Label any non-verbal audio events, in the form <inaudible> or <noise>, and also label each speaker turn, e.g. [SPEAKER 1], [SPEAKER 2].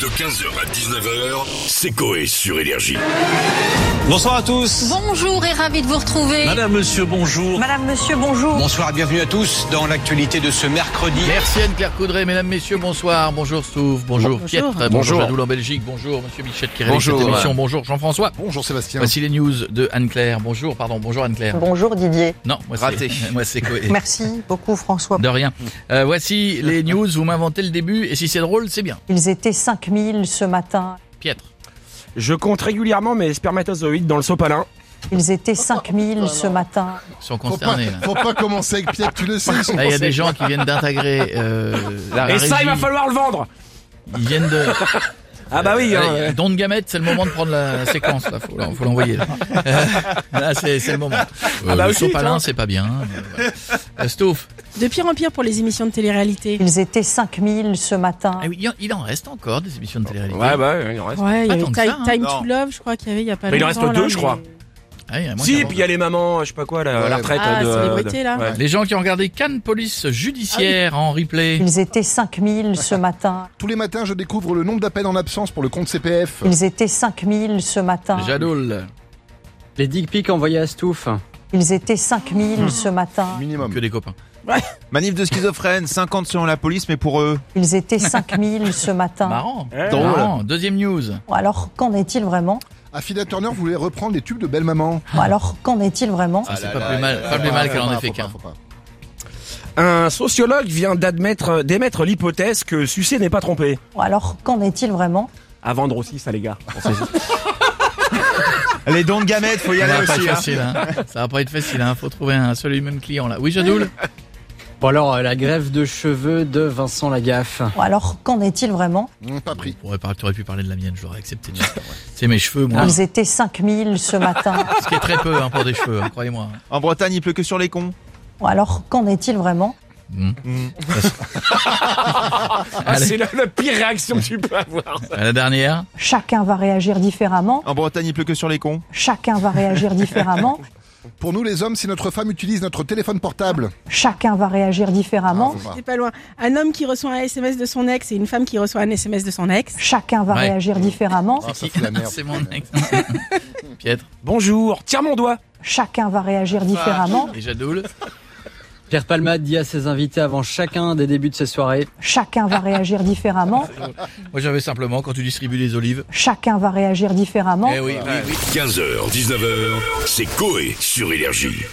[SPEAKER 1] De 15h à 19h, c'est Coé sur Énergie.
[SPEAKER 2] Bonsoir à tous.
[SPEAKER 3] Bonjour et ravi de vous retrouver.
[SPEAKER 2] Madame, monsieur, bonjour.
[SPEAKER 4] Madame, monsieur, bonjour.
[SPEAKER 5] Bonsoir et bienvenue à tous dans l'actualité de ce mercredi.
[SPEAKER 6] Merci Anne-Claire Coudray, mesdames, messieurs, bonsoir. Bonjour Stouff, bonjour Pietre, bonjour, Jadoul en Belgique, bonjour Monsieur Michel qui réalise cette émission, bonjour Jean-François.
[SPEAKER 7] Bonjour Sébastien.
[SPEAKER 6] Voici les news de Anne-Claire, bonjour, pardon, bonjour Anne-Claire.
[SPEAKER 4] Bonjour Didier.
[SPEAKER 6] Non, moi
[SPEAKER 7] Raté.
[SPEAKER 6] c'est, <laughs> moi c'est Coé.
[SPEAKER 4] Merci beaucoup François.
[SPEAKER 6] De rien. Euh, voici les news, vous m'inventez le début et si c'est drôle, c'est bien.
[SPEAKER 4] Ils étaient 5000 ce matin.
[SPEAKER 6] Pietre.
[SPEAKER 8] Je compte régulièrement mes spermatozoïdes dans le sopalin.
[SPEAKER 4] Ils étaient 5000 ce matin.
[SPEAKER 6] Ils sont
[SPEAKER 7] Faut pas,
[SPEAKER 6] concernés là.
[SPEAKER 7] faut pas commencer avec Pierre, tu le sais. ils sont
[SPEAKER 6] Là, il y a
[SPEAKER 7] pensés.
[SPEAKER 6] des gens qui viennent d'intégrer euh, la
[SPEAKER 8] Et ça, il va
[SPEAKER 6] régie.
[SPEAKER 8] falloir le vendre
[SPEAKER 6] Ils viennent de...
[SPEAKER 8] Ah bah oui, hein,
[SPEAKER 6] Euh, Allez, Don de Gamette, c'est le moment de prendre la séquence. Là, faut, là, faut l'envoyer.
[SPEAKER 8] <laughs>
[SPEAKER 6] Là, Euh, là, c'est c'est le moment. Euh,
[SPEAKER 8] bah
[SPEAKER 6] le
[SPEAKER 8] aussi,
[SPEAKER 6] sopalin,
[SPEAKER 8] toi.
[SPEAKER 6] c'est pas bien. mais ouais. Euh, Stouff.
[SPEAKER 9] De pire en pire pour les émissions de télé-réalité.
[SPEAKER 4] Ils étaient 5000 ce matin.
[SPEAKER 6] Ah oui, il y en- il en reste encore des émissions de télé-réalité. Ah
[SPEAKER 8] Ouais, bah, il en reste.
[SPEAKER 9] Ouais, il y
[SPEAKER 6] Pas
[SPEAKER 9] avait Time,
[SPEAKER 6] tant que ça, hein.
[SPEAKER 9] Time
[SPEAKER 7] Non.
[SPEAKER 9] to Love, je crois qu'il y avait il y a pas
[SPEAKER 8] Mais il en
[SPEAKER 9] longtemps,
[SPEAKER 8] reste
[SPEAKER 9] là,
[SPEAKER 8] deux, je
[SPEAKER 9] mais-
[SPEAKER 8] crois.
[SPEAKER 6] Ah, il y en a moins
[SPEAKER 8] Si,
[SPEAKER 6] qu'avant.
[SPEAKER 8] puis il y a les mamans, je sais pas quoi, la,
[SPEAKER 7] Ouais.
[SPEAKER 8] la retraite.
[SPEAKER 9] Ah,
[SPEAKER 8] de-
[SPEAKER 9] c'est les
[SPEAKER 8] de-
[SPEAKER 9] beautés, là.
[SPEAKER 8] euh, ouais.
[SPEAKER 6] Les gens qui ont regardé Cannes Police Judiciaire en replay.
[SPEAKER 4] Ils étaient 5000 ce matin.
[SPEAKER 7] Tous les matins, je découvre le nombre d'appels en absence pour le compte CPF.
[SPEAKER 6] Mm.
[SPEAKER 4] Ils étaient 5000 ce matin.
[SPEAKER 6] Jadoul.
[SPEAKER 10] Les dick pics envoyés à Stouff.
[SPEAKER 4] Ils étaient 5000 ce matin.
[SPEAKER 7] Minimum.
[SPEAKER 6] Que des copains.
[SPEAKER 5] Manif de schizophrènes, 50 selon la police, mais pour eux.
[SPEAKER 4] Ils étaient 5000 ce matin.
[SPEAKER 6] Marrant.
[SPEAKER 8] Ouais.
[SPEAKER 6] Drôle. Marrant. Deuxième news. Ah,
[SPEAKER 4] Alors qu'en est-il vraiment
[SPEAKER 7] Affida Turner voulait reprendre les tubes de Belle Maman. Ah,
[SPEAKER 4] Alors qu'en est-il vraiment
[SPEAKER 6] Ah, c'est pas plus mal, pas plus mal qu'elle en ait fait qu'un.
[SPEAKER 8] Un sociologue vient d'admettre, d'émettre l'hypothèse que Sucé n'est pas trompé.
[SPEAKER 4] Alors qu'en est-il vraiment
[SPEAKER 8] À vendre aussi, ça, les gars.
[SPEAKER 5] Les dons de gamètes, faut y
[SPEAKER 6] Ça
[SPEAKER 5] aller
[SPEAKER 6] va pas être
[SPEAKER 5] aussi. hein.
[SPEAKER 6] facile. hein. Ça va pas être facile. Hein. Faut trouver un seul et même client là. Oui, Jadoul.
[SPEAKER 10] Bon alors, euh, la grève de cheveux de Vincent Lagaffe.
[SPEAKER 4] Alors qu'en est-il vraiment
[SPEAKER 7] Hum, Pas pris.
[SPEAKER 6] Ouais, par- tu aurais pu parler de la mienne. Je l'aurais accepté.
[SPEAKER 8] <laughs>
[SPEAKER 6] C'est mes cheveux, moi.
[SPEAKER 4] Ils étaient 5000 ce matin.
[SPEAKER 6] Ce qui est très peu hein, pour des cheveux, hein, croyez-moi.
[SPEAKER 5] En Bretagne, il pleut que sur les cons.
[SPEAKER 4] Alors qu'en est-il vraiment
[SPEAKER 8] Ah, c'est la, la pire réaction que tu peux avoir.
[SPEAKER 6] À la dernière.
[SPEAKER 4] Chacun va réagir différemment.
[SPEAKER 5] En Bretagne, il pleut que sur les cons.
[SPEAKER 4] Chacun va réagir différemment.
[SPEAKER 7] Pour nous, les hommes, si notre femme utilise notre téléphone portable.
[SPEAKER 4] Chacun va réagir différemment.
[SPEAKER 7] Ah, faut pas.
[SPEAKER 9] C'est pas loin. Un homme qui reçoit un SMS de son ex et une femme qui reçoit un SMS de son ex.
[SPEAKER 4] Chacun va
[SPEAKER 6] Ouais.
[SPEAKER 4] réagir différemment.
[SPEAKER 7] Ah, ça fout la merde.
[SPEAKER 6] C'est mon ex. Pietre
[SPEAKER 8] Bonjour, tire mon doigt.
[SPEAKER 4] Chacun va réagir différemment.
[SPEAKER 6] et Jadoul.
[SPEAKER 10] Pierre Palmade dit à ses invités avant chacun des débuts de ses soirées.
[SPEAKER 4] Chacun va réagir différemment.
[SPEAKER 6] Moi j'avais simplement quand tu distribues les olives.
[SPEAKER 4] Chacun va réagir différemment.
[SPEAKER 6] Eh oui, oui, oui.
[SPEAKER 1] 15h, 19h, c'est Coé sur Énergie.